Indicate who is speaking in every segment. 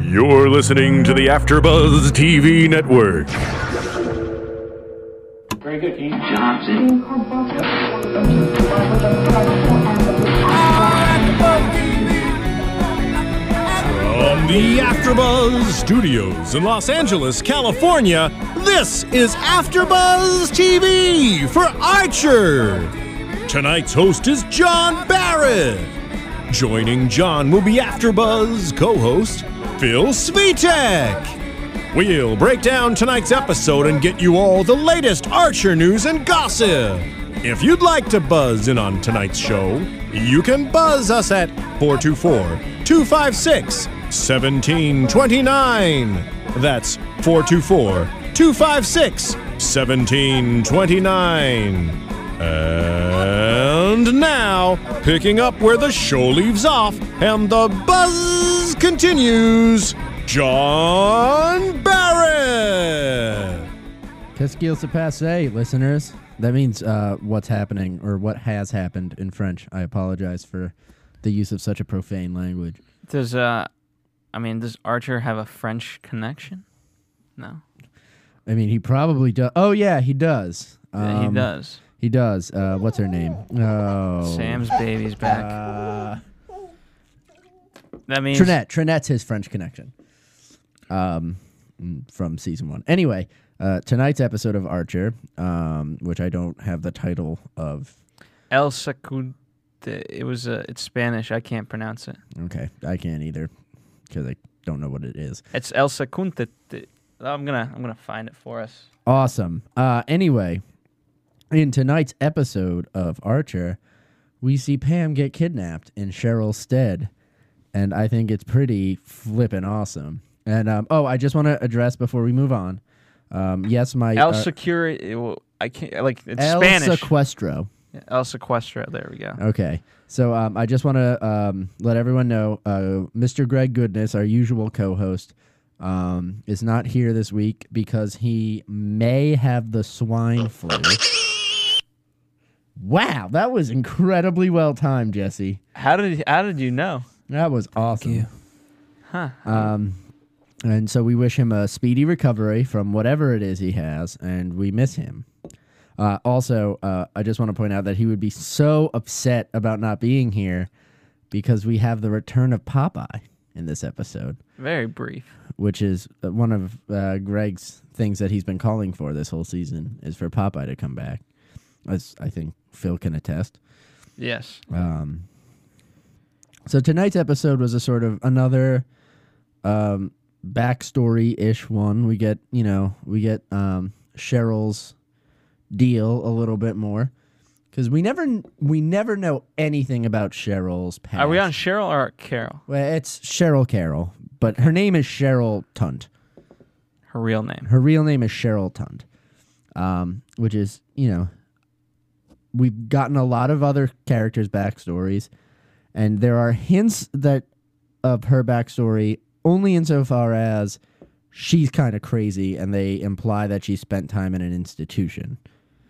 Speaker 1: You're listening to the AfterBuzz TV Network.
Speaker 2: Very good, Dean.
Speaker 3: Johnson.
Speaker 1: From the AfterBuzz Studios in Los Angeles, California, this is AfterBuzz TV for Archer. Tonight's host is John Barrett. Joining John will be AfterBuzz co-host Phil Svitek. We'll break down tonight's episode and get you all the latest Archer news and gossip. If you'd like to buzz in on tonight's show, you can buzz us at 424 256 1729. That's 424 256 1729. Uh, And now, picking up where the show leaves off and the buzz continues, John Barrett.
Speaker 4: Casquilles passe, listeners. That means uh, what's happening or what has happened in French. I apologize for the use of such a profane language.
Speaker 5: Does uh, I mean, does Archer have a French connection? No,
Speaker 4: I mean, he probably does. Oh yeah, he does.
Speaker 5: Yeah,
Speaker 4: Um,
Speaker 5: he does.
Speaker 4: He does. Uh, what's her name? Oh, Uh,
Speaker 5: Sam's baby's back. that means
Speaker 4: Trinette. Trinette's his French connection. Um, mm, from season one. Anyway, uh, tonight's episode of Archer, um, which I don't have the title of.
Speaker 5: El Sacude. It was uh, it's Spanish. I can't pronounce it.
Speaker 4: Okay, I can't either because I don't know what it is.
Speaker 5: It's El Secunte. I'm gonna I'm gonna find it for us.
Speaker 4: Awesome. Uh, anyway, in tonight's episode of Archer, we see Pam get kidnapped in Cheryl's stead, and I think it's pretty flippin' awesome. And um, oh, I just want to address before we move on. Um, yes, my
Speaker 5: El
Speaker 4: uh,
Speaker 5: Security. well, I can't like it's
Speaker 4: El Uh,
Speaker 5: Spanish.
Speaker 4: Sequestro.
Speaker 5: El Sequestra. There we go.
Speaker 4: Okay. So um, I just want to um, let everyone know uh, Mr. Greg Goodness, our usual co host, um, is not here this week because he may have the swine flu. Wow, that was incredibly well timed, Jesse.
Speaker 5: How did how did you know?
Speaker 4: That was awesome.
Speaker 5: Huh.
Speaker 4: Um, and so we wish him a speedy recovery from whatever it is he has, and we miss him. Uh, also, uh, I just want to point out that he would be so upset about not being here because we have the return of Popeye in this episode,
Speaker 5: Very brief.
Speaker 4: which is uh, one of uh, Greg's things that he's been calling for this whole season is for Popeye to come back, as I think Phil can attest.
Speaker 5: Yes.
Speaker 4: Um, so tonight's episode was a sort of another um, backstory ish one. We get you know we get um, Cheryl's deal a little bit more because we never we never know anything about Cheryl's past.
Speaker 5: Are we on Cheryl or Carol?
Speaker 4: Well, it's Cheryl Carroll, but her name is Cheryl Tunt.
Speaker 5: Her real name.
Speaker 4: Her real name is Cheryl Tunt, um, which is, you know, we've gotten a lot of other characters' backstories, and there are hints that of her backstory only insofar as she's kind of crazy, and they imply that she spent time in an institution.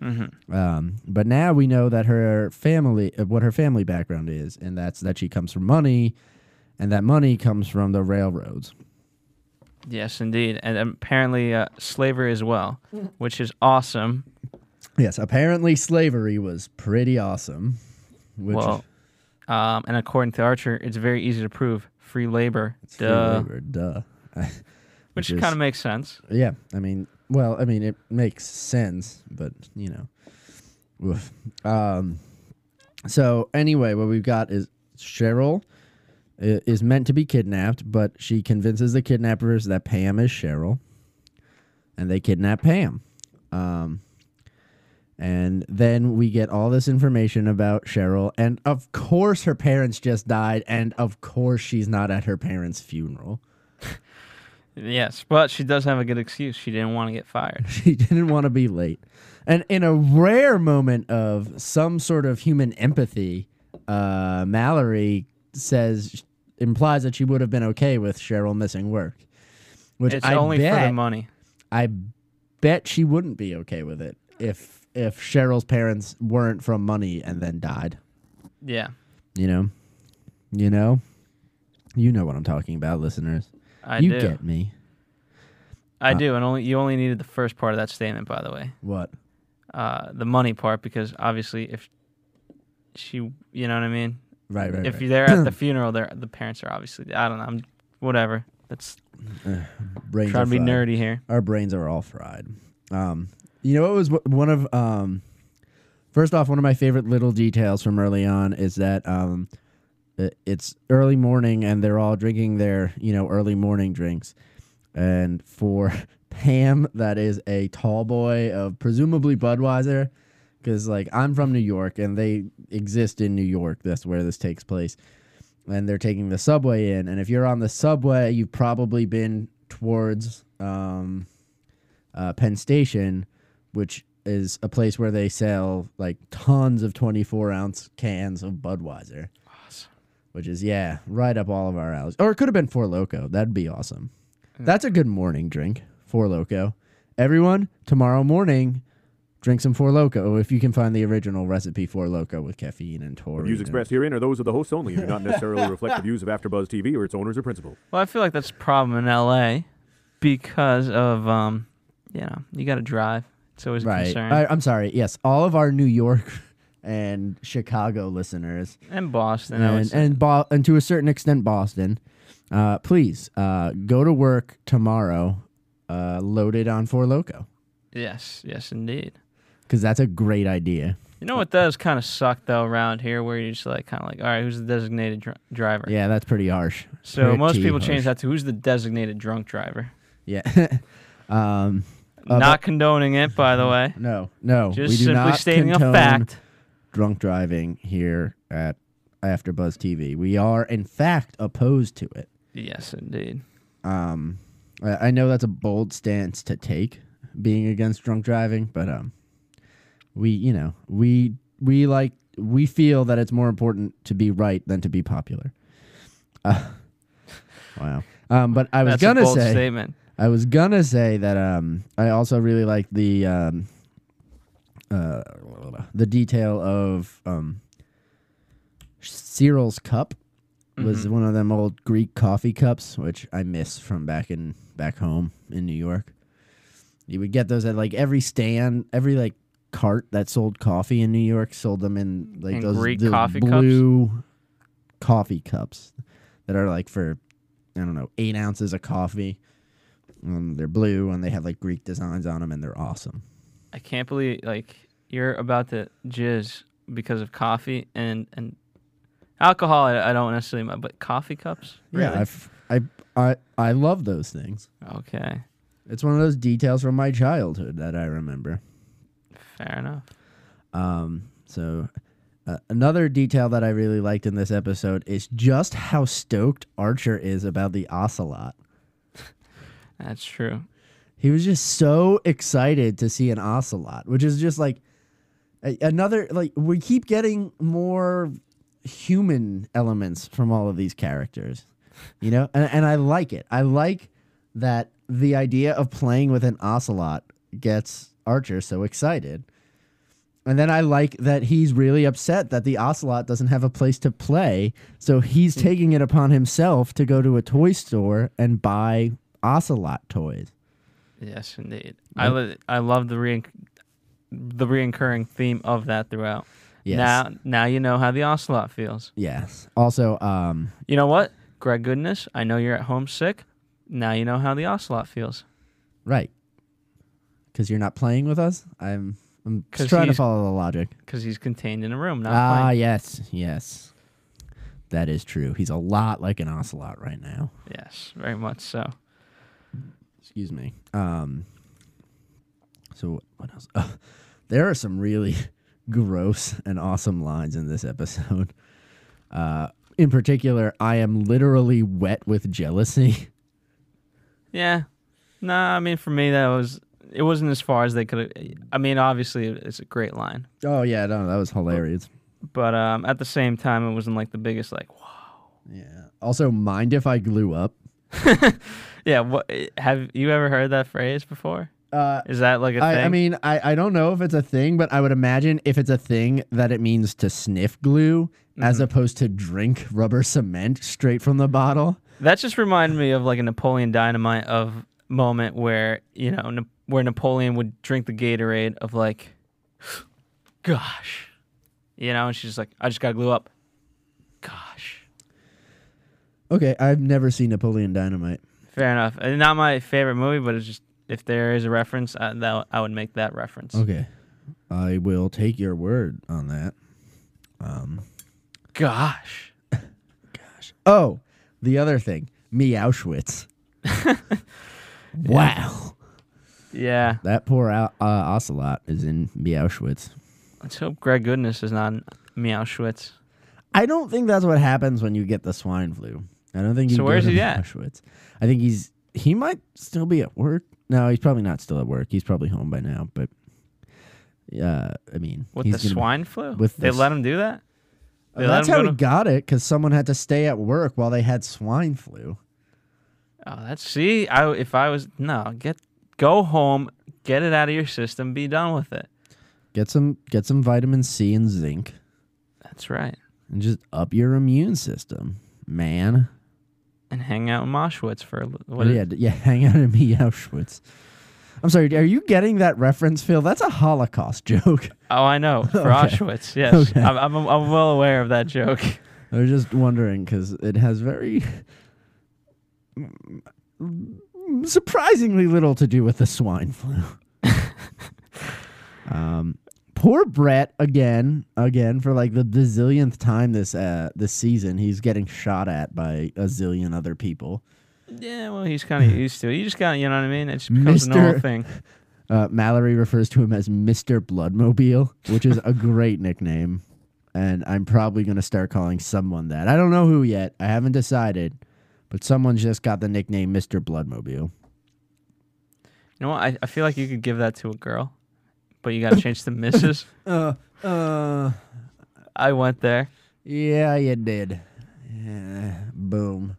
Speaker 4: Um, but now we know that her family, uh, what her family background is, and that's that she comes from money, and that money comes from the railroads.
Speaker 5: Yes, indeed. And apparently uh, slavery as well, which is awesome.
Speaker 4: Yes, apparently slavery was pretty awesome. Which
Speaker 5: well, um, and according to Archer, it's very easy to prove free labor.
Speaker 4: free
Speaker 5: duh.
Speaker 4: labor, duh.
Speaker 5: Which
Speaker 4: Which is-
Speaker 5: kind of makes sense.
Speaker 4: yeah, I mean, well, I mean, it makes sense, but you know, oof. um, so anyway, what we've got is Cheryl i- is meant to be kidnapped, but she convinces the kidnappers that Pam is Cheryl, and they kidnap Pam. Um, and then we get all this information about Cheryl, and of course her parents just died, and of course she's not at her parents' funeral.
Speaker 5: Yes, but she does have a good excuse. She didn't want to get fired.
Speaker 4: She didn't want to be late. And in a rare moment of some sort of human empathy, uh, Mallory says, implies that she would have been okay with Cheryl missing work. Which
Speaker 5: It's
Speaker 4: I
Speaker 5: only
Speaker 4: bet,
Speaker 5: for the money.
Speaker 4: I bet she wouldn't be okay with it if if Cheryl's parents weren't from money and then died.
Speaker 5: Yeah.
Speaker 4: You know? You know? You know what I'm talking about, listeners.
Speaker 5: I
Speaker 4: you
Speaker 5: do.
Speaker 4: get me.
Speaker 5: I do, and only you only needed the first part of that statement, by the way,
Speaker 4: What?
Speaker 5: uh, the money part, because obviously, if she, you know what I mean.
Speaker 4: Right, right.
Speaker 5: if
Speaker 4: right.
Speaker 5: you're there at the funeral, there the parents are obviously. I don't know. I'm whatever. That's
Speaker 4: brains
Speaker 5: trying
Speaker 4: are
Speaker 5: to be
Speaker 4: fried.
Speaker 5: nerdy here.
Speaker 4: Our brains are all fried. Um, you know, it was w- one of um, first off, one of my favorite little details from early on is that um, i- it's early morning and they're all drinking their you know early morning drinks, and for Pam, that is a tall boy of presumably Budweiser. Because like I'm from New York and they exist in New York. That's where this takes place and they're taking the subway in. And if you're on the subway, you've probably been towards um, uh, Penn Station, which is a place where they sell like tons of 24 ounce cans of Budweiser,
Speaker 5: Awesome.
Speaker 4: which is, yeah, right up all of our alleys. Or it could have been Four Loco. That'd be awesome. That's a good morning drink, Four Loco. Everyone, tomorrow morning, drink some Four Loco if you can find the original recipe Four Loco with caffeine and taurine.
Speaker 2: Views
Speaker 4: and-
Speaker 2: expressed herein are those of the hosts only and do not necessarily reflect the views of AfterBuzz TV or its owners or principal.
Speaker 5: Well, I feel like that's a problem in L.A. because of um, you know, you got to drive. It's always a
Speaker 4: Right.
Speaker 5: concern.
Speaker 4: I, I'm sorry. Yes, all of our New York and Chicago listeners,
Speaker 5: and Boston, I uh, would
Speaker 4: and
Speaker 5: say.
Speaker 4: and, Bo- and to a certain extent Boston, uh, please uh, go to work tomorrow, uh, loaded on Four Loco,
Speaker 5: yes, yes, indeed.
Speaker 4: because that's a great idea.
Speaker 5: You know what does kind of suck though around here, where you're just like kind of like, all right, who's the designated dr- driver?
Speaker 4: Yeah, that's pretty harsh.
Speaker 5: So most
Speaker 4: Pretty
Speaker 5: people
Speaker 4: harsh.
Speaker 5: change that to who's the designated drunk driver.
Speaker 4: Yeah. um, Uh,
Speaker 5: Not condoning it, by the way.
Speaker 4: no, no,
Speaker 5: Just
Speaker 4: we do
Speaker 5: simply
Speaker 4: not
Speaker 5: stating a
Speaker 4: condone
Speaker 5: fact.
Speaker 4: Drunk driving here at After Buzz TV. We are in fact opposed to it.
Speaker 5: Yes, indeed.
Speaker 4: um I I know that's a bold stance to take being against drunk driving, but um we, you know, we we like we feel that it's more important to be right than to be popular. Uh, wow. Um but I was
Speaker 5: That's
Speaker 4: going
Speaker 5: a
Speaker 4: to
Speaker 5: bold
Speaker 4: say
Speaker 5: statement.
Speaker 4: I was going to say that um I also really like the um uh the detail of um Cyril's cup was
Speaker 5: Mm-hmm.
Speaker 4: one of them old Greek coffee cups, which I miss from back in back home in New York. You would get those at like every stand, every like cart that sold coffee in New York sold them in like
Speaker 5: In
Speaker 4: those,
Speaker 5: Greek
Speaker 4: those
Speaker 5: coffee cups?
Speaker 4: blue coffee cups that are like for I don't know eight ounces of coffee. Um, they're blue and they have like Greek designs on them, and they're awesome.
Speaker 5: I can't believe like you're about to jizz because of coffee and and alcohol. I, I don't necessarily, mind, but coffee cups.
Speaker 4: Yeah, I've, I I I love those things.
Speaker 5: Okay,
Speaker 4: It's one of those details from my childhood that I remember.
Speaker 5: fair enough.
Speaker 4: Um, so uh, another detail that I really liked in this episode is just how stoked Archer is about the ocelot.
Speaker 5: That's true.
Speaker 4: He was just so excited to see an ocelot, which is just like a- another like we keep getting more human elements from all of these characters. You know? And and I like it. I like that the idea of playing with an ocelot gets Archer so excited. And then I like that he's really upset that the ocelot doesn't have a place to play, so he's taking it upon himself to go to a toy store and buy ocelot toys.
Speaker 5: Yes, indeed. I li- I love the re the reoccurring theme of that throughout.
Speaker 4: Yes.
Speaker 5: Now now you know how the ocelot feels.
Speaker 4: Yes. Also, um,
Speaker 5: You know what, Greg Goodness? I know you're at home sick. Now you know how the ocelot feels.
Speaker 4: right. Because you're not playing with us. I'm I'm
Speaker 5: 'Cause
Speaker 4: just trying to
Speaker 5: he's-
Speaker 4: follow the logic.
Speaker 5: Because he's contained in a room, not
Speaker 4: Ah,
Speaker 5: playing.
Speaker 4: yes, yes. That is true. He's a lot like an ocelot right now.
Speaker 5: Yes, very much so.
Speaker 4: Excuse me. Um. So what else? Oh, there are some really gross and awesome lines in this episode. Uh, in particular, I am literally wet with jealousy.
Speaker 5: Yeah. Nah, I mean for me that was it wasn't as far as they could have I mean obviously it's a great line,
Speaker 4: Oh yeah, no, that was hilarious.
Speaker 5: but um at the same time it wasn't like the biggest like wha-
Speaker 4: Yeah. Also, mind if I glue up?
Speaker 5: yeah, what have you ever heard that phrase before?
Speaker 4: Uh,
Speaker 5: Is that like a
Speaker 4: I,
Speaker 5: thing?
Speaker 4: I mean, I, I don't know if it's a thing, but I would imagine if it's a thing that it
Speaker 5: Mm-hmm.
Speaker 4: means to sniff glue as opposed to drink rubber cement straight from the bottle.
Speaker 5: That just reminded me of like a Napoleon Dynamite of moment where you know Na- where Napoleon would drink the Gatorade of like, gosh, you know, and she's just like, I just got to glue up. Gosh,
Speaker 4: Okay, I've never seen Napoleon Dynamite.
Speaker 5: fair enough. And not my favorite movie, but it's just if there is a reference, I, that I would make that reference.
Speaker 4: Okay, I will take your word on that.
Speaker 5: Gosh,
Speaker 4: Oh, the other thing, me Auschwitz. wow,
Speaker 5: yeah.
Speaker 4: that poor Au- uh, ocelot is in me Auschwitz.
Speaker 5: Let's hope Greg Goodness is not in Meowschwitz.
Speaker 4: I don't think that's what happens when you get the swine flu. I don't think. You
Speaker 5: So
Speaker 4: go
Speaker 5: where's
Speaker 4: to
Speaker 5: he at?
Speaker 4: Auschwitz. I think he's he might still be at work. No, he's probably not still at work. He's probably home by now. But uh, I mean,
Speaker 5: With
Speaker 4: he's
Speaker 5: the
Speaker 4: gonna-
Speaker 5: swine flu?
Speaker 4: with
Speaker 5: they
Speaker 4: the Oh,
Speaker 5: let him do that? They let
Speaker 4: that's
Speaker 5: him
Speaker 4: how
Speaker 5: go
Speaker 4: he
Speaker 5: to-
Speaker 4: got it because someone had to stay at work while they had swine flu.
Speaker 5: Oh, that's see, I if I was no, get go home, get it out of your system, be done with it.
Speaker 4: Get some get some vitamin C and zinc,
Speaker 5: That's right.
Speaker 4: and just up your immune system, man.
Speaker 5: And hang out in Moshwitz for a li- what
Speaker 4: Oh, yeah,
Speaker 5: is,
Speaker 4: d- yeah, hang out in me, Auschwitz. I'm sorry. Are you getting that reference, Phil? That's a Holocaust joke.
Speaker 5: Oh, I know. For
Speaker 4: Okay.
Speaker 5: Auschwitz. Yes.
Speaker 4: Okay.
Speaker 5: I'm, I'm I'm well aware of that joke.
Speaker 4: I was just wondering because it has very surprisingly little to do with the swine flu. um, poor Brett again, again for like the bazillionth time this uh, this season. He's getting shot at by a zillion other people.
Speaker 5: Yeah, well, he's kind of used to it. You just got, you know what I mean? It just becomes a normal
Speaker 4: Mr.
Speaker 5: thing.
Speaker 4: Uh, Mallory refers to him as Mister Bloodmobile, which is a great nickname, and I'm probably going to start calling someone that. I don't know who yet. I haven't decided, but someone's just got the nickname Mister Bloodmobile.
Speaker 5: You know what? I, I feel like you could give that to a girl, but you got to change the missus.
Speaker 4: Uh, uh.
Speaker 5: I went there.
Speaker 4: Yeah, you did. Yeah, boom.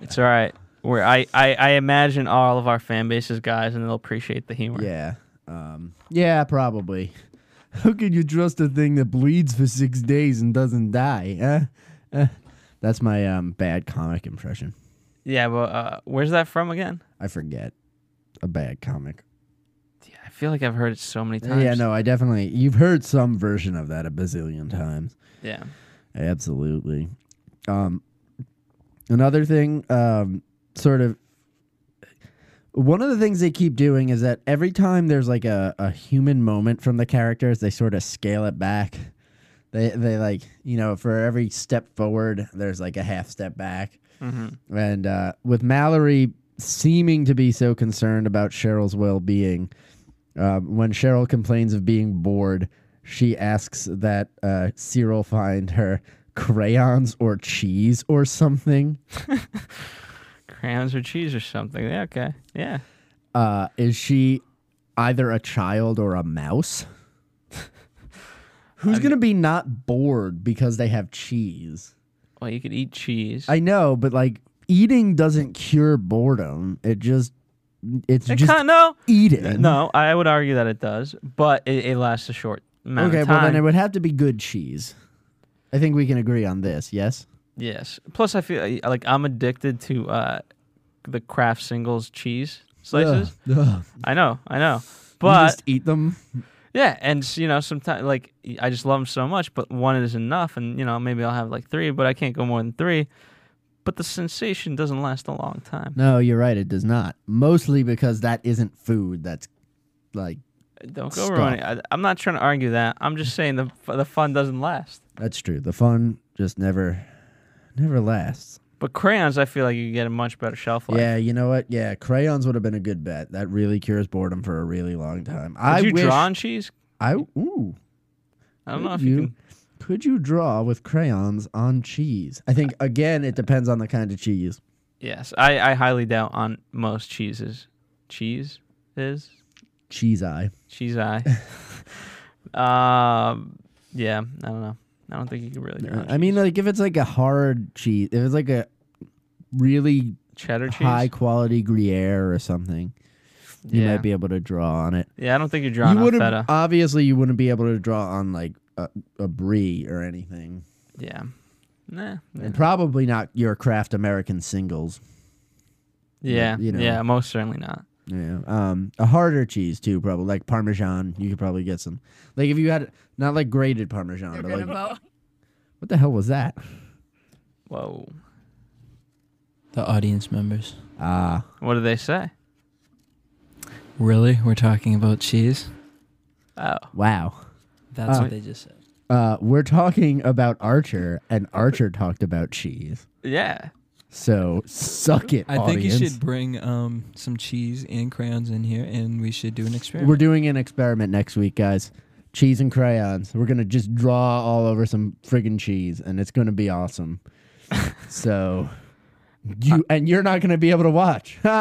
Speaker 5: It's all right. Where I, I, I imagine all of our fan bases guys, and they'll appreciate the humor.
Speaker 4: Yeah. Um, yeah, probably. How can you trust a thing that bleeds for six days and doesn't die? Huh? Huh? that's my um, bad comic impression.
Speaker 5: Yeah, but uh, where's that from again?
Speaker 4: I forget. A bad comic.
Speaker 5: Yeah, I feel like I've heard it so many times.
Speaker 4: Yeah, no, I definitely. You've heard some version of that a bazillion times.
Speaker 5: Yeah.
Speaker 4: Absolutely. Um, another thing, um, sort of. One of the things they keep doing is that every time there's like a, a human moment from the characters, they sort of scale it back. They they like you know for every step forward, there's like a half step back. And uh, with Mallory seeming to be so concerned about Cheryl's well being, um, when Cheryl complains of being bored, she asks that uh, Cyril find her crayons or cheese or something.
Speaker 5: Crayons or cheese or something. Yeah, okay. Yeah.
Speaker 4: Uh, is she either a child or a mouse? Who's going to be not bored because they have cheese?
Speaker 5: Well, you could eat cheese.
Speaker 4: I know, but like eating doesn't cure boredom. It just, it's
Speaker 5: It
Speaker 4: just
Speaker 5: kinda- no,
Speaker 4: eating.
Speaker 5: no, I would argue that it does, but it, it lasts a short amount
Speaker 4: Okay,
Speaker 5: of time.
Speaker 4: well then it would have to be good cheese. I think we can agree on this. Yes.
Speaker 5: yes. Plus, I feel like- like I'm addicted to uh, the Kraft singles cheese slices. I know, I know. But
Speaker 4: just eat them.
Speaker 5: Yeah, and s- you know, sometimes like I just love them so much, but one is enough, and you know, maybe I'll have like three, but I can't go more than three. But the sensation doesn't last a long time.
Speaker 4: No, you're right. It does not. Mostly because that isn't food. That's like
Speaker 5: Don't go ruining. I, I'm not trying to argue that. I'm just saying the f- the fun doesn't last.
Speaker 4: that's true. The fun just never, never lasts.
Speaker 5: But crayons, I feel like you get a much better shelf life.
Speaker 4: Yeah, you know what? Yeah, crayons would have been a good bet. That really cures boredom for a really long time.
Speaker 5: Did
Speaker 4: I
Speaker 5: you
Speaker 4: wish
Speaker 5: draw on cheese?
Speaker 4: I ooh.
Speaker 5: I don't know
Speaker 4: Could
Speaker 5: if you,
Speaker 4: you?
Speaker 5: can.
Speaker 4: Could you draw with crayons on cheese? I think again, it depends on the kind of cheese.
Speaker 5: Yes, I, I highly doubt on most cheeses. Cheese is
Speaker 4: Cheese eye.
Speaker 5: cheese eye. um, yeah, I don't know. I don't think you can really. Draw on
Speaker 4: I mean,
Speaker 5: cheese.
Speaker 4: like if it's like a hard cheese, if it's like a really
Speaker 5: cheddar cheese.
Speaker 4: uh, high quality Gruyere or something, you
Speaker 5: Yeah.
Speaker 4: might be able to draw on it.
Speaker 5: Yeah, I don't think you're drawing
Speaker 4: you
Speaker 5: on
Speaker 4: wouldn't
Speaker 5: feta.
Speaker 4: obviously you wouldn't be able to draw on like a, a brie or anything.
Speaker 5: yeah. Nah.
Speaker 4: and probably not your craft American singles.
Speaker 5: Yeah.
Speaker 4: you know.
Speaker 5: Yeah. Most certainly not.
Speaker 4: Yeah, um, a harder cheese too, probably like Parmesan. You could probably get some. Like if you had not like grated Parmesan,
Speaker 3: They're
Speaker 4: but
Speaker 3: gonna
Speaker 4: like
Speaker 3: vote.
Speaker 4: what the hell was that?
Speaker 5: Whoa.
Speaker 6: The audience members.
Speaker 4: Ah,
Speaker 5: What do they say?
Speaker 6: Really? We're talking about cheese?
Speaker 5: Oh.
Speaker 4: wow.
Speaker 6: That's
Speaker 4: Uh,
Speaker 6: what they just said.
Speaker 4: Uh, we're talking about Archer, and Archer talked about cheese.
Speaker 5: Yeah.
Speaker 4: So suck it,
Speaker 6: I think
Speaker 4: audience.
Speaker 6: you should bring um, some cheese and crayons in here, and we should do an experiment.
Speaker 4: We're doing an experiment next week, guys. Cheese and crayons. We're gonna just draw all over some friggin' cheese, and it's gonna be awesome. so, you and you're not gonna be able to watch, or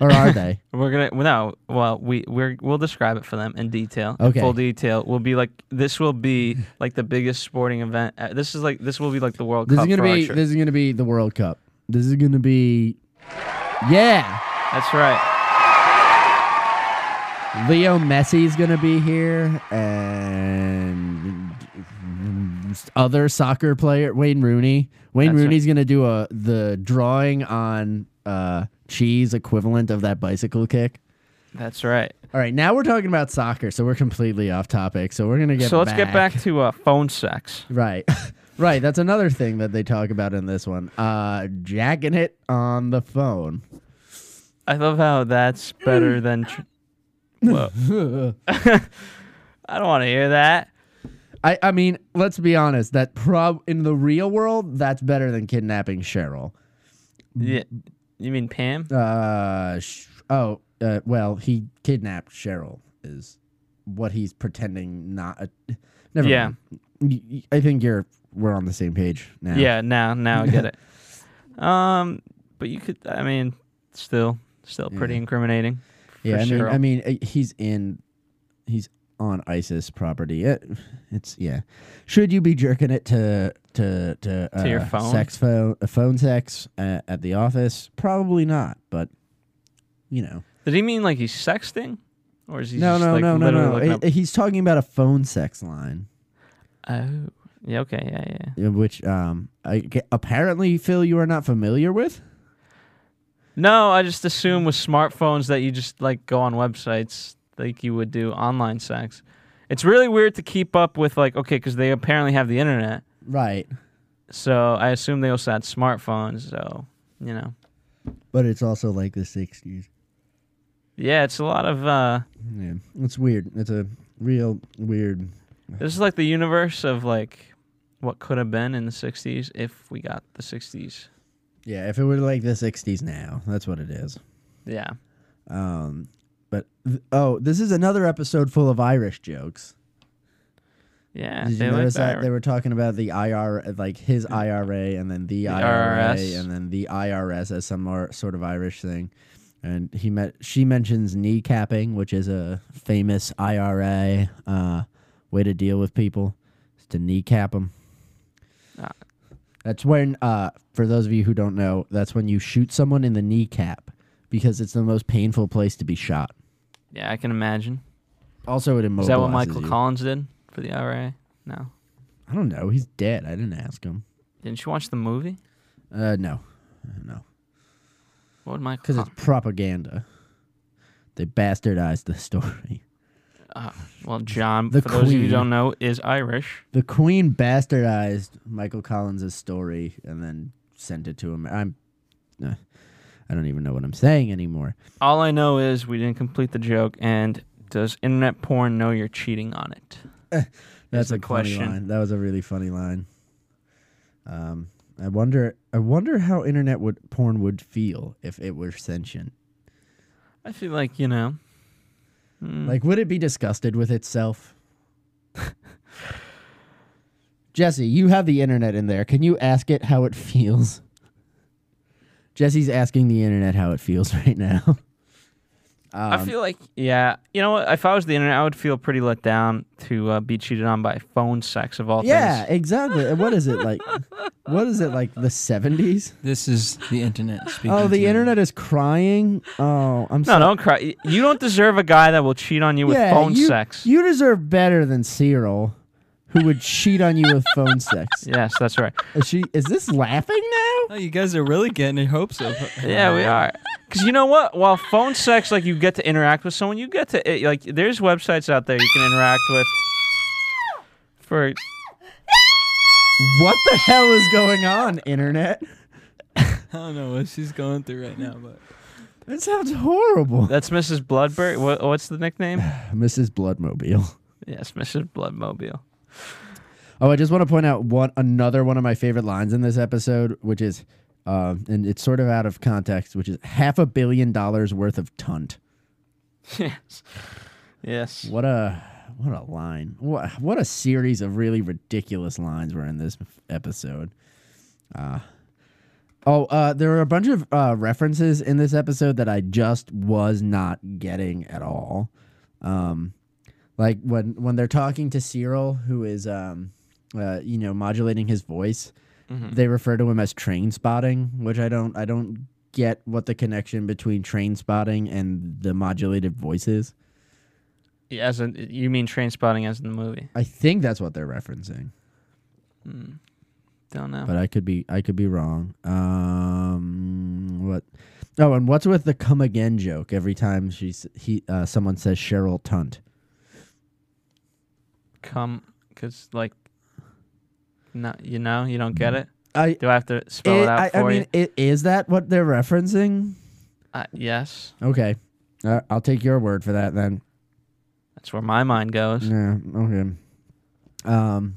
Speaker 4: are they?
Speaker 5: We're gonna well, no. Well, we we're we'll describe it for them in detail. in
Speaker 4: Okay.
Speaker 5: Full detail. We'll be like this will be like the biggest sporting event. Uh, This is like this will be like the World
Speaker 4: This
Speaker 5: Cup.
Speaker 4: is gonna
Speaker 5: for
Speaker 4: be
Speaker 5: Archer.
Speaker 4: this is gonna be the World Cup. This is gonna be, yeah.
Speaker 5: That's right.
Speaker 4: Leo Messi's gonna be here, and other soccer player Wayne Rooney. Wayne
Speaker 5: That's right.
Speaker 4: Rooney's gonna do a the drawing on uh, cheese equivalent of that bicycle kick.
Speaker 5: That's right.
Speaker 4: All right, now we're talking about soccer, so we're completely off topic. So we're gonna get
Speaker 5: so let's get back to uh, phone sex.
Speaker 4: right, right. That's another thing that they talk about in this one. Uh, jacking it on the phone.
Speaker 5: I love how that's better than. Tr- Whoa. I don't want to hear that.
Speaker 4: I, I mean, let's be honest. That prob in the real world, that's better than kidnapping Cheryl. Mm.
Speaker 5: Yeah. You mean Pam?
Speaker 4: Uh, sh- oh, uh, well, he kidnapped Cheryl is what he's pretending not. never
Speaker 5: Yeah.
Speaker 4: mind. Y- y- I think you're. We're on the same page now.
Speaker 5: Yeah. Now, now I get it. Um, but you could. I mean, still, still pretty incriminating. For
Speaker 4: yeah. I mean,
Speaker 5: Cheryl.
Speaker 4: I mean, uh, he's in. He's on ISIS property. It, it's yeah. Should you be jerking it to to to, uh,
Speaker 5: your phone?
Speaker 4: sex phone uh, phone sex uh, at the office? Probably not. But you know.
Speaker 5: Did he mean like he's sexting, or is he
Speaker 4: no,
Speaker 5: just
Speaker 4: no,
Speaker 5: like
Speaker 4: no, no,
Speaker 5: literally
Speaker 4: no,
Speaker 5: looking
Speaker 4: He- He's talking about a phone sex line,
Speaker 5: up? Oh, yeah. Okay. Yeah. Yeah.
Speaker 4: uh, which um, I, g- apparently, Phil, you are not familiar with.
Speaker 5: No, I just assume with smartphones that you just like go on websites like you would do online sex. It's really weird to keep up with like okay, because they apparently have the internet.
Speaker 4: Right,
Speaker 5: So I assume they also had smartphones. So you know,
Speaker 4: but it's also like the '60s.
Speaker 5: yeah, it's a lot of. uh
Speaker 4: Yeah, it's weird. It's a real weird.
Speaker 5: This is like the universe of like what could have been in the '60s if we got the '60s.
Speaker 4: Yeah, if it were like the '60s now, that's what it is.
Speaker 5: Yeah,
Speaker 4: Um, but th- oh, this is another episode full of Irish jokes.
Speaker 5: yeah.
Speaker 4: Did
Speaker 5: they
Speaker 4: you
Speaker 5: like
Speaker 4: notice
Speaker 5: that.
Speaker 4: that they were talking about the IR, like his IRA, and then the, IRA,
Speaker 5: IRS.
Speaker 4: and then the IRS as some more sort of Irish thing? And he met, she mentions kneecapping, which is a famous IRA uh, way to deal with people, is to kneecap them.
Speaker 5: Ah.
Speaker 4: That's when, uh, for those of you who don't know, that's when you shoot someone in the kneecap because it's the most painful place to be shot.
Speaker 5: yeah, I can imagine.
Speaker 4: Also, it immobilizes
Speaker 5: Is that what Michael
Speaker 4: you.
Speaker 5: Collins did for the IRA? No.
Speaker 4: I don't know. He's dead. I didn't ask him.
Speaker 5: Didn't you watch the movie?
Speaker 4: Uh, no, no.
Speaker 5: What would Michael?
Speaker 4: Because
Speaker 5: Col-
Speaker 4: it's propaganda. They bastardized the story.
Speaker 5: well, John,
Speaker 4: the
Speaker 5: for those of you who
Speaker 4: Queen.
Speaker 5: don't know, is Irish.
Speaker 4: The Queen bastardized Michael Collins' story and then sent it to him. I'm, uh, I don't even know what I'm saying anymore.
Speaker 5: All I know is we didn't complete the joke. And does internet porn know you're cheating on it?
Speaker 4: That's
Speaker 5: the
Speaker 4: a question.
Speaker 5: question.
Speaker 4: Line. That was a really funny line. Um, I wonder. I wonder how internet would porn would feel if it were sentient.
Speaker 5: I feel like you know. mm,
Speaker 4: Like, would it be disgusted with itself? Jesse, you have the internet in there. Can you ask it how it feels? Jesse's asking the internet how it feels right now.
Speaker 5: I feel like Um, yeah. You know what? If I was the internet, I would feel pretty let down to uh, be cheated on by phone sex of all
Speaker 4: yeah,
Speaker 5: things.
Speaker 4: exactly. And What is it like? What is it like? The seventies?
Speaker 6: This is the internet speaking.
Speaker 4: Oh,
Speaker 6: to
Speaker 4: the
Speaker 6: you.
Speaker 4: internet is crying. Oh, I'm
Speaker 5: No,
Speaker 4: sorry.
Speaker 5: don't cry. Y- You don't deserve a guy that will cheat on you with
Speaker 4: yeah,
Speaker 5: phone
Speaker 4: you,
Speaker 5: sex.
Speaker 4: You deserve better than Cyril. who would cheat on you with phone sex.
Speaker 5: Yes, that's right.
Speaker 4: Is she is this laughing now?
Speaker 6: Oh, you guys are really getting your hopes up.
Speaker 5: Yeah, we are. Because you know what? While phone sex, like you get to interact with someone, you get to eh, like. There's websites out there you can interact with. For
Speaker 4: What the hell is going on, internet?
Speaker 6: I don't know what she's going through right now, but
Speaker 4: That sounds horrible.
Speaker 5: that's Mrs. Bloodberg. What, what's the nickname?
Speaker 4: Mrs. Bloodmobile.
Speaker 5: Yes, Mrs. Bloodmobile.
Speaker 4: Oh, I just want to point out one another one of my favorite lines in this episode, which is, uh, and it's sort of out of context, which is half a billion dollars worth of tunt.
Speaker 5: Yes. Yes.
Speaker 4: What a what a line! What what a series of really ridiculous lines were in this episode. Uh, oh, uh, there were a bunch of uh, references in this episode that I just was not getting at all. Um, like when when they're talking to Cyril, who is um, uh, you know modulating his voice, they refer to him as train spotting, which I don't I don't get what the connection between train spotting and the modulated voice is.
Speaker 5: Yeah, As in, you mean train spotting as in the movie?
Speaker 4: I think that's what they're referencing,
Speaker 5: Don't know.
Speaker 4: but I could be I could be wrong. Um, what? Oh, and what's with the come again joke every time she's he uh, someone says Cheryl Tunt?
Speaker 5: Come, because like, no, you know, you don't get it.
Speaker 4: I
Speaker 5: Do I have to spell it,
Speaker 4: Mm. it-
Speaker 5: out
Speaker 4: I, I
Speaker 5: for you?
Speaker 4: mean, i- is that what they're referencing?
Speaker 5: uh, yes,
Speaker 4: Okay, uh, I'll take your word for that then.
Speaker 5: that's where my mind goes.
Speaker 4: Yeah. Okay. Um,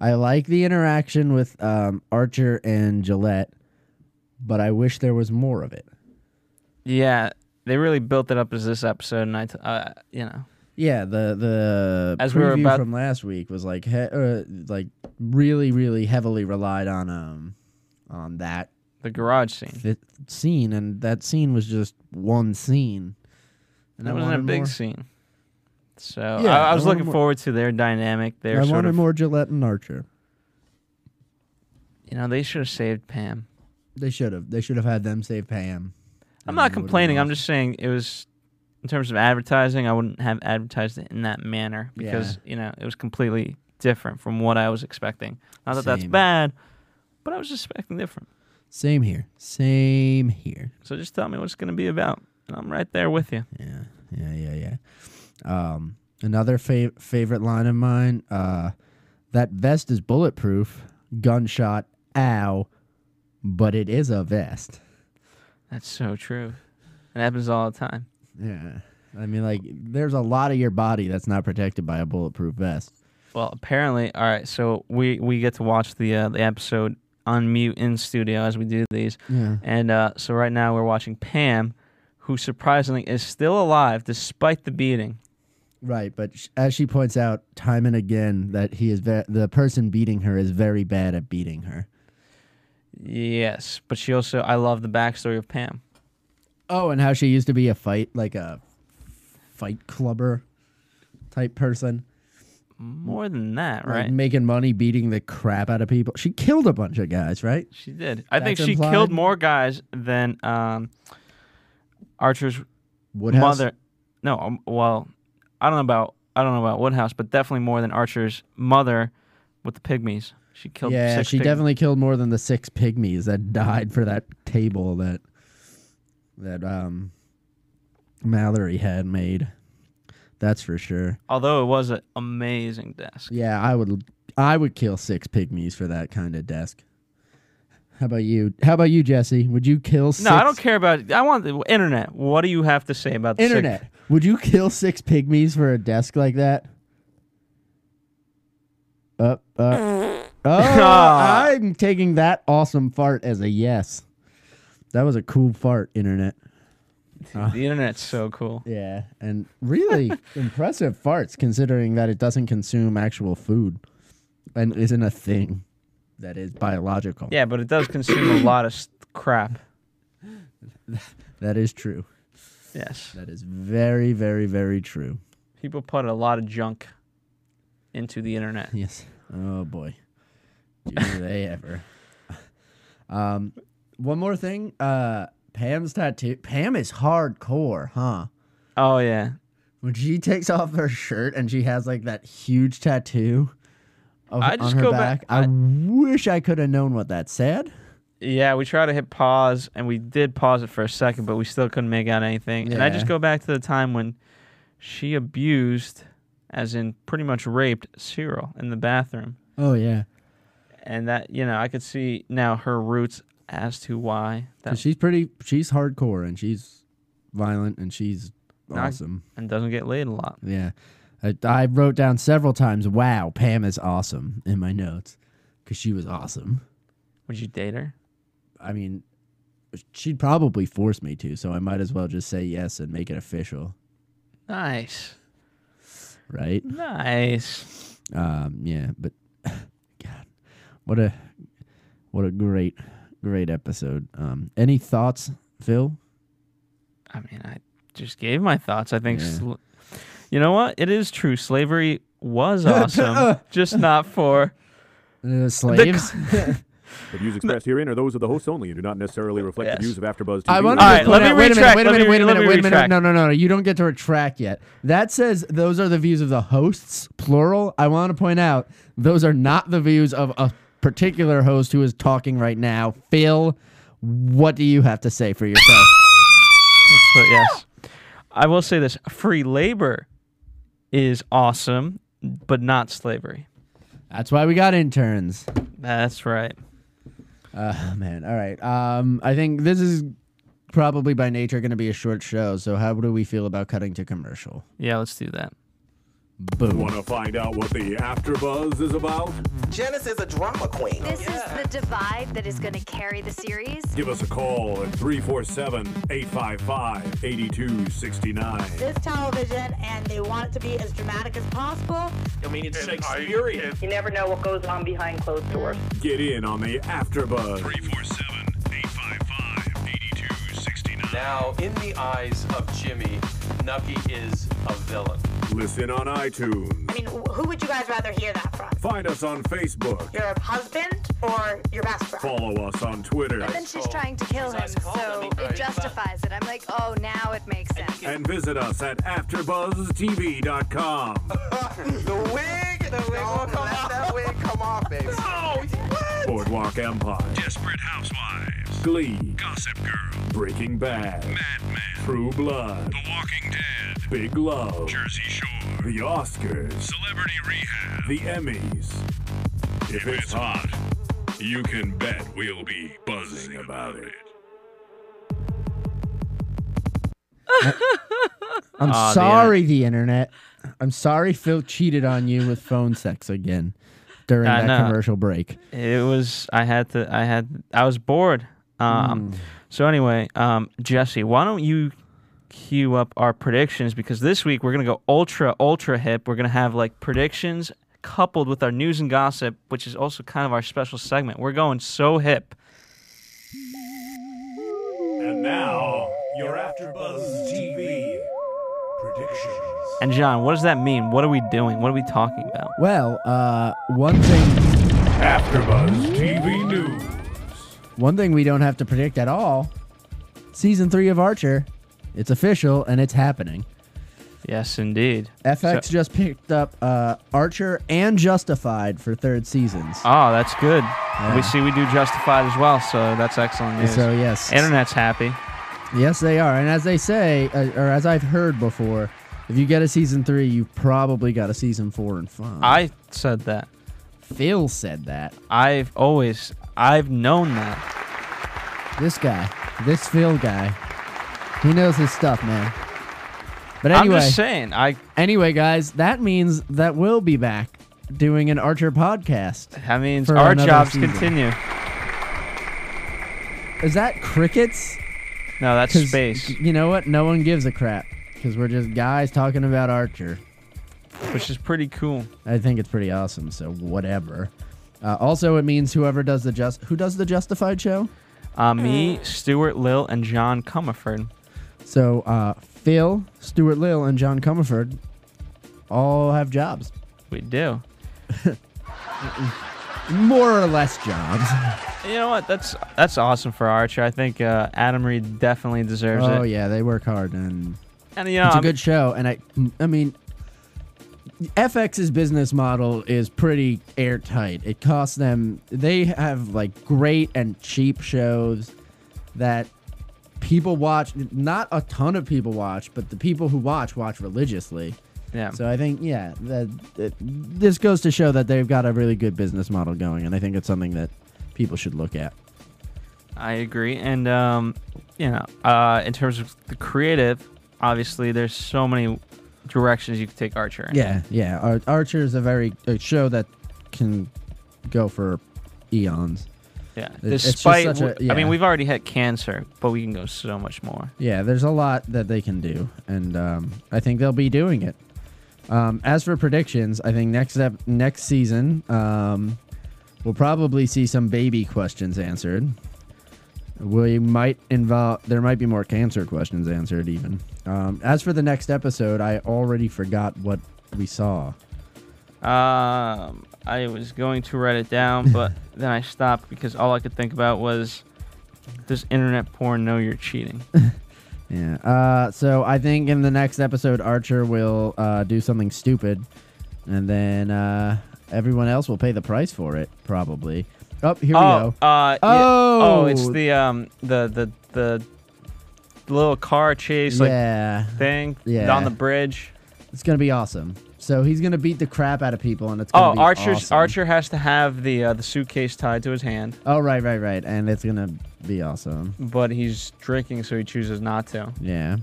Speaker 4: I like the interaction with um, Archer and Gillette, but I wish there was more of it.
Speaker 5: Yeah, they really built it up as this episode, and I, t- uh, you know,
Speaker 4: Yeah, the the
Speaker 5: As
Speaker 4: preview
Speaker 5: we were about-
Speaker 4: from last week was like he- uh, like really really heavily relied on um on that
Speaker 5: the garage scene.
Speaker 4: fifth scene, and that scene was just one scene. And
Speaker 5: That
Speaker 4: I
Speaker 5: wasn't a
Speaker 4: wanted
Speaker 5: big
Speaker 4: more.
Speaker 5: scene. So
Speaker 4: Yeah,
Speaker 5: I, I was
Speaker 4: I wanted
Speaker 5: looking
Speaker 4: more.
Speaker 5: forward to their dynamic. Their
Speaker 4: I
Speaker 5: sort
Speaker 4: wanted
Speaker 5: of,
Speaker 4: more Gillette and Archer.
Speaker 5: you know, they should have saved Pam.
Speaker 4: They should have. They should have had them save Pam.
Speaker 5: I'm
Speaker 4: And
Speaker 5: not
Speaker 4: they would've
Speaker 5: complaining. I'm
Speaker 4: lost.
Speaker 5: just saying it was, in terms of advertising, I wouldn't have advertised it in that manner because you know it was completely different from what I was expecting. Not that that's
Speaker 4: Same.
Speaker 5: bad, but I was expecting different.
Speaker 4: Same here. Same here.
Speaker 5: So just tell me what it's going to be about, and I'm right there with you.
Speaker 4: Yeah, yeah, yeah, yeah. Um, another fav- favorite line of mine. Uh, that vest is bulletproof. Gunshot. Ow. But it is a vest.
Speaker 5: That's so true. It happens all the time.
Speaker 4: Yeah. I mean, like, there's a lot of your body that's not protected by a bulletproof vest.
Speaker 5: Well, apparently, all right. So we we get to watch the uh, the episode on mute in studio as we do these,
Speaker 4: Yeah.
Speaker 5: and uh, so right now we're watching Pam, who surprisingly is still alive despite the beating.
Speaker 4: Right, but sh- as she points out time and again, that he is ve- the person beating her is very bad at beating her.
Speaker 5: Yes, but she also I love the backstory of Pam.
Speaker 4: Oh, and how she used to be a fight like a fight clubber type person.
Speaker 5: More than that,
Speaker 4: like
Speaker 5: right?
Speaker 4: making money beating the crap out of people. She killed a bunch of guys, right?
Speaker 5: she did. I think
Speaker 4: That's
Speaker 5: she
Speaker 4: implied?
Speaker 5: killed more guys than um, Archer's
Speaker 4: Woodhouse.
Speaker 5: mother. No, um, well, I don't know about I don't know about Woodhouse, but definitely more than Archer's mother with the pygmies. She killed.
Speaker 4: yeah,
Speaker 5: six
Speaker 4: she
Speaker 5: pygmies.
Speaker 4: definitely killed more than the six pygmies that died for that table that that um Mallory had made. That's for sure.
Speaker 5: Although it was an amazing desk.
Speaker 4: Yeah, I would I would kill six pygmies for that kind of desk. How about you? How about you, Jesse? Would you kill six
Speaker 5: No, I don't care about. I want the internet. What do you have to say about the
Speaker 4: Internet.
Speaker 5: Sick?
Speaker 4: Would you kill six pygmies for a desk like that? Up, up. Oh, I'm taking that awesome fart as a yes. That was a cool fart, internet.
Speaker 5: The internet's so cool.
Speaker 4: Yeah, and really impressive farts considering that it doesn't consume actual food and isn't a thing that is biological.
Speaker 5: Yeah, but it does consume a lot of s- crap.
Speaker 4: That is true.
Speaker 5: Yes,
Speaker 4: That is very, very, very true.
Speaker 5: people put a lot of junk into the internet.
Speaker 4: Yes. Oh boy. Do they ever? Um, one more thing. Uh, Pam's tattoo. Pam is hardcore, huh?
Speaker 5: Oh yeah,
Speaker 4: When she takes off her shirt and she has like that huge tattoo, of,
Speaker 5: I
Speaker 4: on
Speaker 5: just
Speaker 4: her
Speaker 5: go
Speaker 4: back.
Speaker 5: back-
Speaker 4: I,
Speaker 5: I-
Speaker 4: wish I could have known what that said.
Speaker 5: Yeah, we tried to hit pause, and we did pause it for a second, but we still couldn't make out anything. And I just
Speaker 4: Yeah.
Speaker 5: go back to the time when she abused, as in pretty much raped, Cyril in the bathroom.
Speaker 4: Oh yeah,
Speaker 5: And that, you know, I could see now her roots as to why. That,
Speaker 4: because she's pretty. She's hardcore and she's violent and she's
Speaker 5: Not-
Speaker 4: awesome.
Speaker 5: and doesn't get laid a lot.
Speaker 4: Yeah, I, I wrote down several times. Wow, Pam is awesome in my notes because she was awesome.
Speaker 5: Would you date her?
Speaker 4: I mean, she'd probably force me to, so I might as well just say yes and make it official,
Speaker 5: Nice.
Speaker 4: right?
Speaker 5: Nice.
Speaker 4: Um, yeah, but God, what a what a great great episode. Um, any thoughts, Phil?
Speaker 5: I mean, I just gave my thoughts. I think,
Speaker 4: Yeah.
Speaker 5: sl- you know what? It is true. Slavery was awesome, just not for.
Speaker 4: Uh, slaves.
Speaker 2: The views expressed herein are those of the hosts only and do not necessarily reflect
Speaker 5: Yes.
Speaker 2: the views of AfterBuzz TV.
Speaker 4: I wanted
Speaker 5: All
Speaker 4: to
Speaker 5: right,
Speaker 4: point
Speaker 5: let me
Speaker 4: out- wait a minute,
Speaker 5: retract,
Speaker 4: wait a
Speaker 5: let
Speaker 4: minute,
Speaker 5: me-
Speaker 4: wait a
Speaker 5: let
Speaker 4: minute,
Speaker 5: me
Speaker 4: wait a minute.
Speaker 5: retract.
Speaker 4: No, no, no, no. You don't get to retract yet. That says those are the views of the hosts, plural. I want to point out those are not the views of a particular host who is talking right now. Phil, what do you have to say for yourself?
Speaker 5: But yes, I will say this: free labor is awesome, but not slavery.
Speaker 4: That's why we got interns.
Speaker 5: That's right.
Speaker 4: Oh man. All right. Um I think this is probably by nature going to be a short show, so how do we feel about cutting to commercial?
Speaker 5: Yeah, let's do that.
Speaker 4: Boom.
Speaker 1: Want to find out what the AfterBuzz is about?
Speaker 3: Janice is a drama queen.
Speaker 7: This is the divide that is going to carry the series.
Speaker 1: Give us a call at 347-855-8269.
Speaker 8: this television and they want it to be as dramatic as possible.
Speaker 3: I mean, it's Shakespearean.
Speaker 9: You never know what goes on behind closed doors.
Speaker 1: Get in on the AfterBuzz.
Speaker 10: 347-855-8269.
Speaker 3: now, in the eyes of Jimmy, Nucky is a villain.
Speaker 1: Listen on
Speaker 8: I
Speaker 1: iTunes.
Speaker 8: mean, wh- who would you guys rather hear that from?
Speaker 1: Find us on Facebook.
Speaker 8: Your husband or your best friend?
Speaker 1: Follow us on Twitter.
Speaker 7: Then she's trying to kill him, so it justifies it. I'm like, oh, now it makes sense.
Speaker 1: And visit us at AfterBuzzTV.com.
Speaker 3: The wig! The wig will come off. that wig come off, baby.
Speaker 1: Boardwalk Empire.
Speaker 10: Desperate Housewives.
Speaker 1: Glee.
Speaker 10: Gossip Girl.
Speaker 1: Breaking Bad.
Speaker 10: Mad Men.
Speaker 1: True Blood.
Speaker 10: The Walking Dead.
Speaker 1: Big Love.
Speaker 10: Jersey Shore.
Speaker 1: The Oscars.
Speaker 10: Celebrity Rehab.
Speaker 1: The Emmys. If it's hot, you can bet we'll be buzzing about it.
Speaker 4: I'm
Speaker 5: Aw, Ah, the
Speaker 4: sorry the internet. I'm sorry Phil cheated on you with phone sex again during
Speaker 5: I
Speaker 4: that
Speaker 5: know.
Speaker 4: commercial break.
Speaker 5: It was. I had to. I had. I was bored. Um. So anyway, um, Jesse, why don't you cue up our predictions because this week we're gonna go ultra ultra hip. We're gonna have like predictions coupled with our news and gossip, which is also kind of our special segment. We're going so hip.
Speaker 1: And now, your AfterBuzz TV predictions.
Speaker 5: And John, what does that mean? What are we doing? What are we talking about?
Speaker 4: Well, uh one thing
Speaker 1: AfterBuzz TV News.
Speaker 4: one thing we don't have to predict at all. Season 3 of Archer. It's official and it's happening.
Speaker 5: Yes, indeed.
Speaker 4: FX
Speaker 5: So-
Speaker 4: just picked up uh, Archer and Justified for third seasons.
Speaker 5: oh, that's good. We see we do Justified as well, so that's excellent news.
Speaker 4: So, yes.
Speaker 5: Internet's happy.
Speaker 4: Yes, they are. And as they say, uh, or as I've heard before, if you get a season three, you probably got a season four and five.
Speaker 5: I said that.
Speaker 4: Phil said that.
Speaker 5: I've always I've known that.
Speaker 4: This guy, this Phil guy, he knows his stuff, man. But anyway,
Speaker 5: I'm just saying. I
Speaker 4: anyway, guys, that means that we'll be back doing an Archer podcast.
Speaker 5: that means
Speaker 4: For
Speaker 5: our
Speaker 4: another
Speaker 5: jobs
Speaker 4: season.
Speaker 5: continue.
Speaker 4: Is that crickets?
Speaker 5: No, that's
Speaker 4: 'Cause
Speaker 5: space,
Speaker 4: You know what? No one gives a crap because we're just guys talking about Archer.
Speaker 5: which is pretty cool.
Speaker 4: I think it's pretty awesome. So whatever. Uh, also, it means whoever does the just who does the Justified show.
Speaker 5: Uh, me, Stuart Lil, and John Comerford.
Speaker 4: So uh, Phil, Stuart Lill, and John Comerford all have jobs,
Speaker 5: We do.
Speaker 4: more or less jobs.
Speaker 5: You know what? That's that's awesome for Archer. I think uh, Adam Reed definitely deserves
Speaker 4: oh
Speaker 5: it.
Speaker 4: yeah, they work hard, and
Speaker 5: And you know,
Speaker 4: it's a
Speaker 5: I'm-
Speaker 4: good show. And I, I mean, FX's business model is pretty airtight. It costs them, they have like great and cheap shows that people watch. Not a ton of people watch, but the people who watch watch religiously.
Speaker 5: Yeah.
Speaker 4: So I think, yeah, that, that this goes to show that they've got a really good business model going, and I think it's something that people should look at.
Speaker 5: I agree, and um, you know, uh, in terms of the creative, obviously there's so many directions you could take Archer. in.
Speaker 4: Yeah, yeah. Ar- Archer is a very a show that can go for eons.
Speaker 5: yeah.
Speaker 4: it's just
Speaker 5: Despite,
Speaker 4: such a-
Speaker 5: w- I mean,
Speaker 4: yeah.
Speaker 5: we've already had cancer, but we can go so much more.
Speaker 4: Yeah, there's a lot that they can do, and um, I think they'll be doing it. Um, as for predictions, I think next ep- next season um, we'll probably see some baby questions answered. We might involve there might be more cancer questions answered even. Um, as for the next episode, I already forgot what we saw.
Speaker 5: Um, I was going to write it down, but then I stopped because all I could think about was does internet porn know you're cheating?
Speaker 4: Yeah. Uh, so I think in the next episode, Archer will uh, do something stupid, and then uh, everyone else will pay the price for it, probably. Oh, here we
Speaker 5: oh,
Speaker 4: go.
Speaker 5: uh, yeah. oh, it's
Speaker 4: Oh.
Speaker 5: the um, the the the little car chase like
Speaker 4: yeah,
Speaker 5: thing
Speaker 4: Yeah.
Speaker 5: on the bridge.
Speaker 4: it's gonna be awesome. So he's gonna beat the crap out of people, and it's gonna
Speaker 5: Oh,
Speaker 4: be
Speaker 5: Archer's
Speaker 4: awesome.
Speaker 5: Archer has to have the uh, the suitcase tied to his hand,
Speaker 4: Oh, right, right, right, and it's gonna be awesome.
Speaker 5: but he's drinking, so he chooses not to.
Speaker 4: Yeah.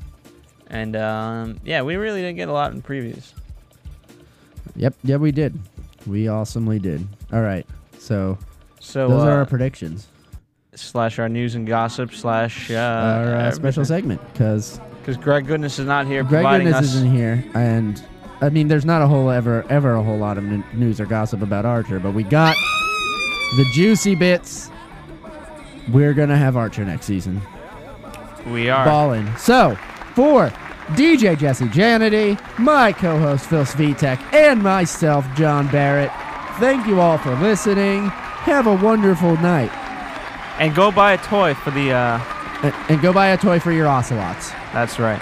Speaker 5: And um, yeah, we really didn't get a lot in previews.
Speaker 4: Yep. Yeah, we did. We awesomely did. All right. So
Speaker 5: So
Speaker 4: those
Speaker 5: uh,
Speaker 4: are our predictions.
Speaker 5: slash our news and gossip slash uh,
Speaker 4: our uh, special segment, because
Speaker 5: because Greg Goodness is not here
Speaker 4: Greg
Speaker 5: providing
Speaker 4: Goodness
Speaker 5: us.
Speaker 4: isn't here, and I mean, there's not a whole ever ever a whole lot of n- news or gossip about Archer, but we got the juicy bits. We're gonna have Archer next season,
Speaker 5: we are
Speaker 4: ballin'. So for DJ Jesse Janity, my co-host Phil Svitek, and myself John Barrett, thank you all for listening. Have a wonderful night,
Speaker 5: and go buy a toy for the. Uh,
Speaker 4: A- and go buy a toy for your ocelots.
Speaker 5: that's right.